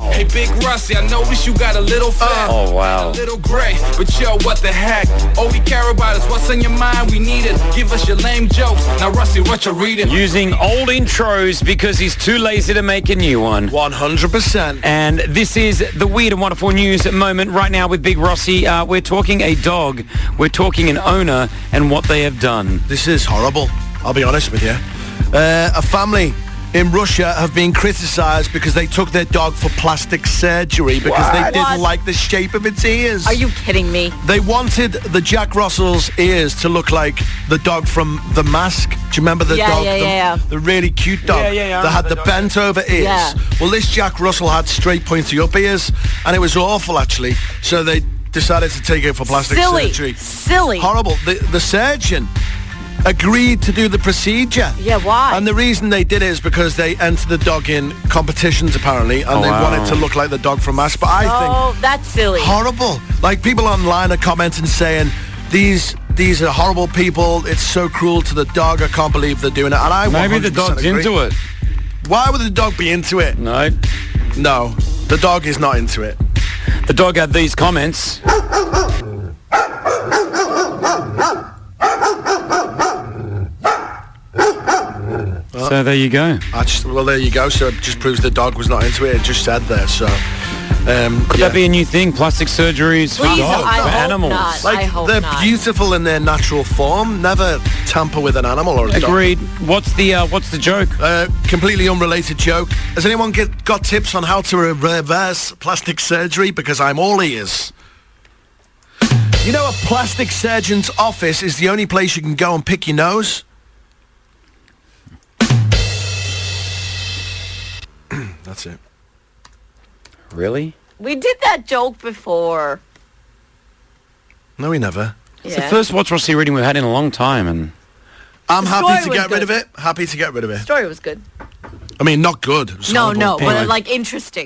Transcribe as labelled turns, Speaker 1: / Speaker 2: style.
Speaker 1: Hey, Big Rusty, I noticed you got a little fat.
Speaker 2: Oh, wow.
Speaker 1: A little gray, but yo, what the heck? All we care about is what's on your mind. We need it. Give us your lame jokes. Now, Rusty, what you reading?
Speaker 2: Using old intros because he's too lazy to make a new one.
Speaker 3: 100%.
Speaker 2: And this is the weird and wonderful news moment right now with Big Rossi. Uh, we're talking a dog, we're talking an owner and what they have done.
Speaker 3: This is horrible. I'll be honest with you. Uh, a family in Russia have been criticised because they took their dog for plastic surgery because they didn't
Speaker 4: What?
Speaker 3: like the shape of its ears.
Speaker 4: Are you kidding me?
Speaker 3: They wanted the Jack Russell's ears to look like the dog from The Mask. Do you remember the
Speaker 4: Yeah,
Speaker 3: dog?
Speaker 4: yeah,
Speaker 3: the,
Speaker 4: yeah, yeah.
Speaker 3: the really cute dog
Speaker 2: Yeah, yeah, yeah, I
Speaker 3: that had
Speaker 2: remember
Speaker 3: the
Speaker 2: the dog,
Speaker 3: bent over ears.
Speaker 4: Yeah.
Speaker 3: Well, this Jack Russell had straight pointy up ears, and it was awful actually. So they decided to take it for plastic
Speaker 4: Silly.
Speaker 3: surgery.
Speaker 4: Silly.
Speaker 3: Horrible. The, the surgeon agreed to do the procedure.
Speaker 4: Yeah, why?
Speaker 3: And the reason they did it is because they entered the dog in competitions apparently, and they
Speaker 2: Oh, wow.
Speaker 3: wanted to look like the dog from Mask. But I think
Speaker 4: oh, that's silly.
Speaker 3: horrible. Like people online are commenting saying these these are horrible people. It's so cruel to the dog. I can't believe they're doing it. And I
Speaker 2: Maybe the
Speaker 3: 100%
Speaker 2: dog's
Speaker 3: agree.
Speaker 2: into it.
Speaker 3: Why would the dog be into it?
Speaker 2: No.
Speaker 3: No, the dog is not into it.
Speaker 2: The dog had these comments. So there you go.
Speaker 3: I just, well, there you go. So it just proves the dog was not into it. It just said there. So um,
Speaker 2: Could
Speaker 3: yeah.
Speaker 2: that be a new thing? Plastic surgeries for,
Speaker 4: Please,
Speaker 2: dogs,
Speaker 4: I
Speaker 2: for
Speaker 4: hope
Speaker 2: animals.
Speaker 4: not. I
Speaker 3: like
Speaker 4: hope
Speaker 3: they're
Speaker 4: not.
Speaker 3: beautiful in their natural form. Never tamper with an animal or a dog.
Speaker 2: Agreed. What's the uh, what's the joke?
Speaker 3: Uh, completely unrelated joke. Has anyone get, got tips on how to re- reverse plastic surgery? Because I'm all ears. You know, a plastic surgeon's office is the only place you can go and pick your nose. That's it.
Speaker 2: Really?
Speaker 4: We did that joke before.
Speaker 3: No, we never.
Speaker 2: It's
Speaker 4: Yeah.
Speaker 2: the first What's Rossi reading we've had in a long time, and
Speaker 3: I'm
Speaker 4: The
Speaker 3: happy to
Speaker 4: story was
Speaker 3: get rid
Speaker 4: good.
Speaker 3: of it. Happy to get rid of it.
Speaker 4: story was good.
Speaker 3: I mean, not good. It was
Speaker 4: No,
Speaker 3: horrible.
Speaker 4: no,
Speaker 2: Anyway.
Speaker 4: but like interesting.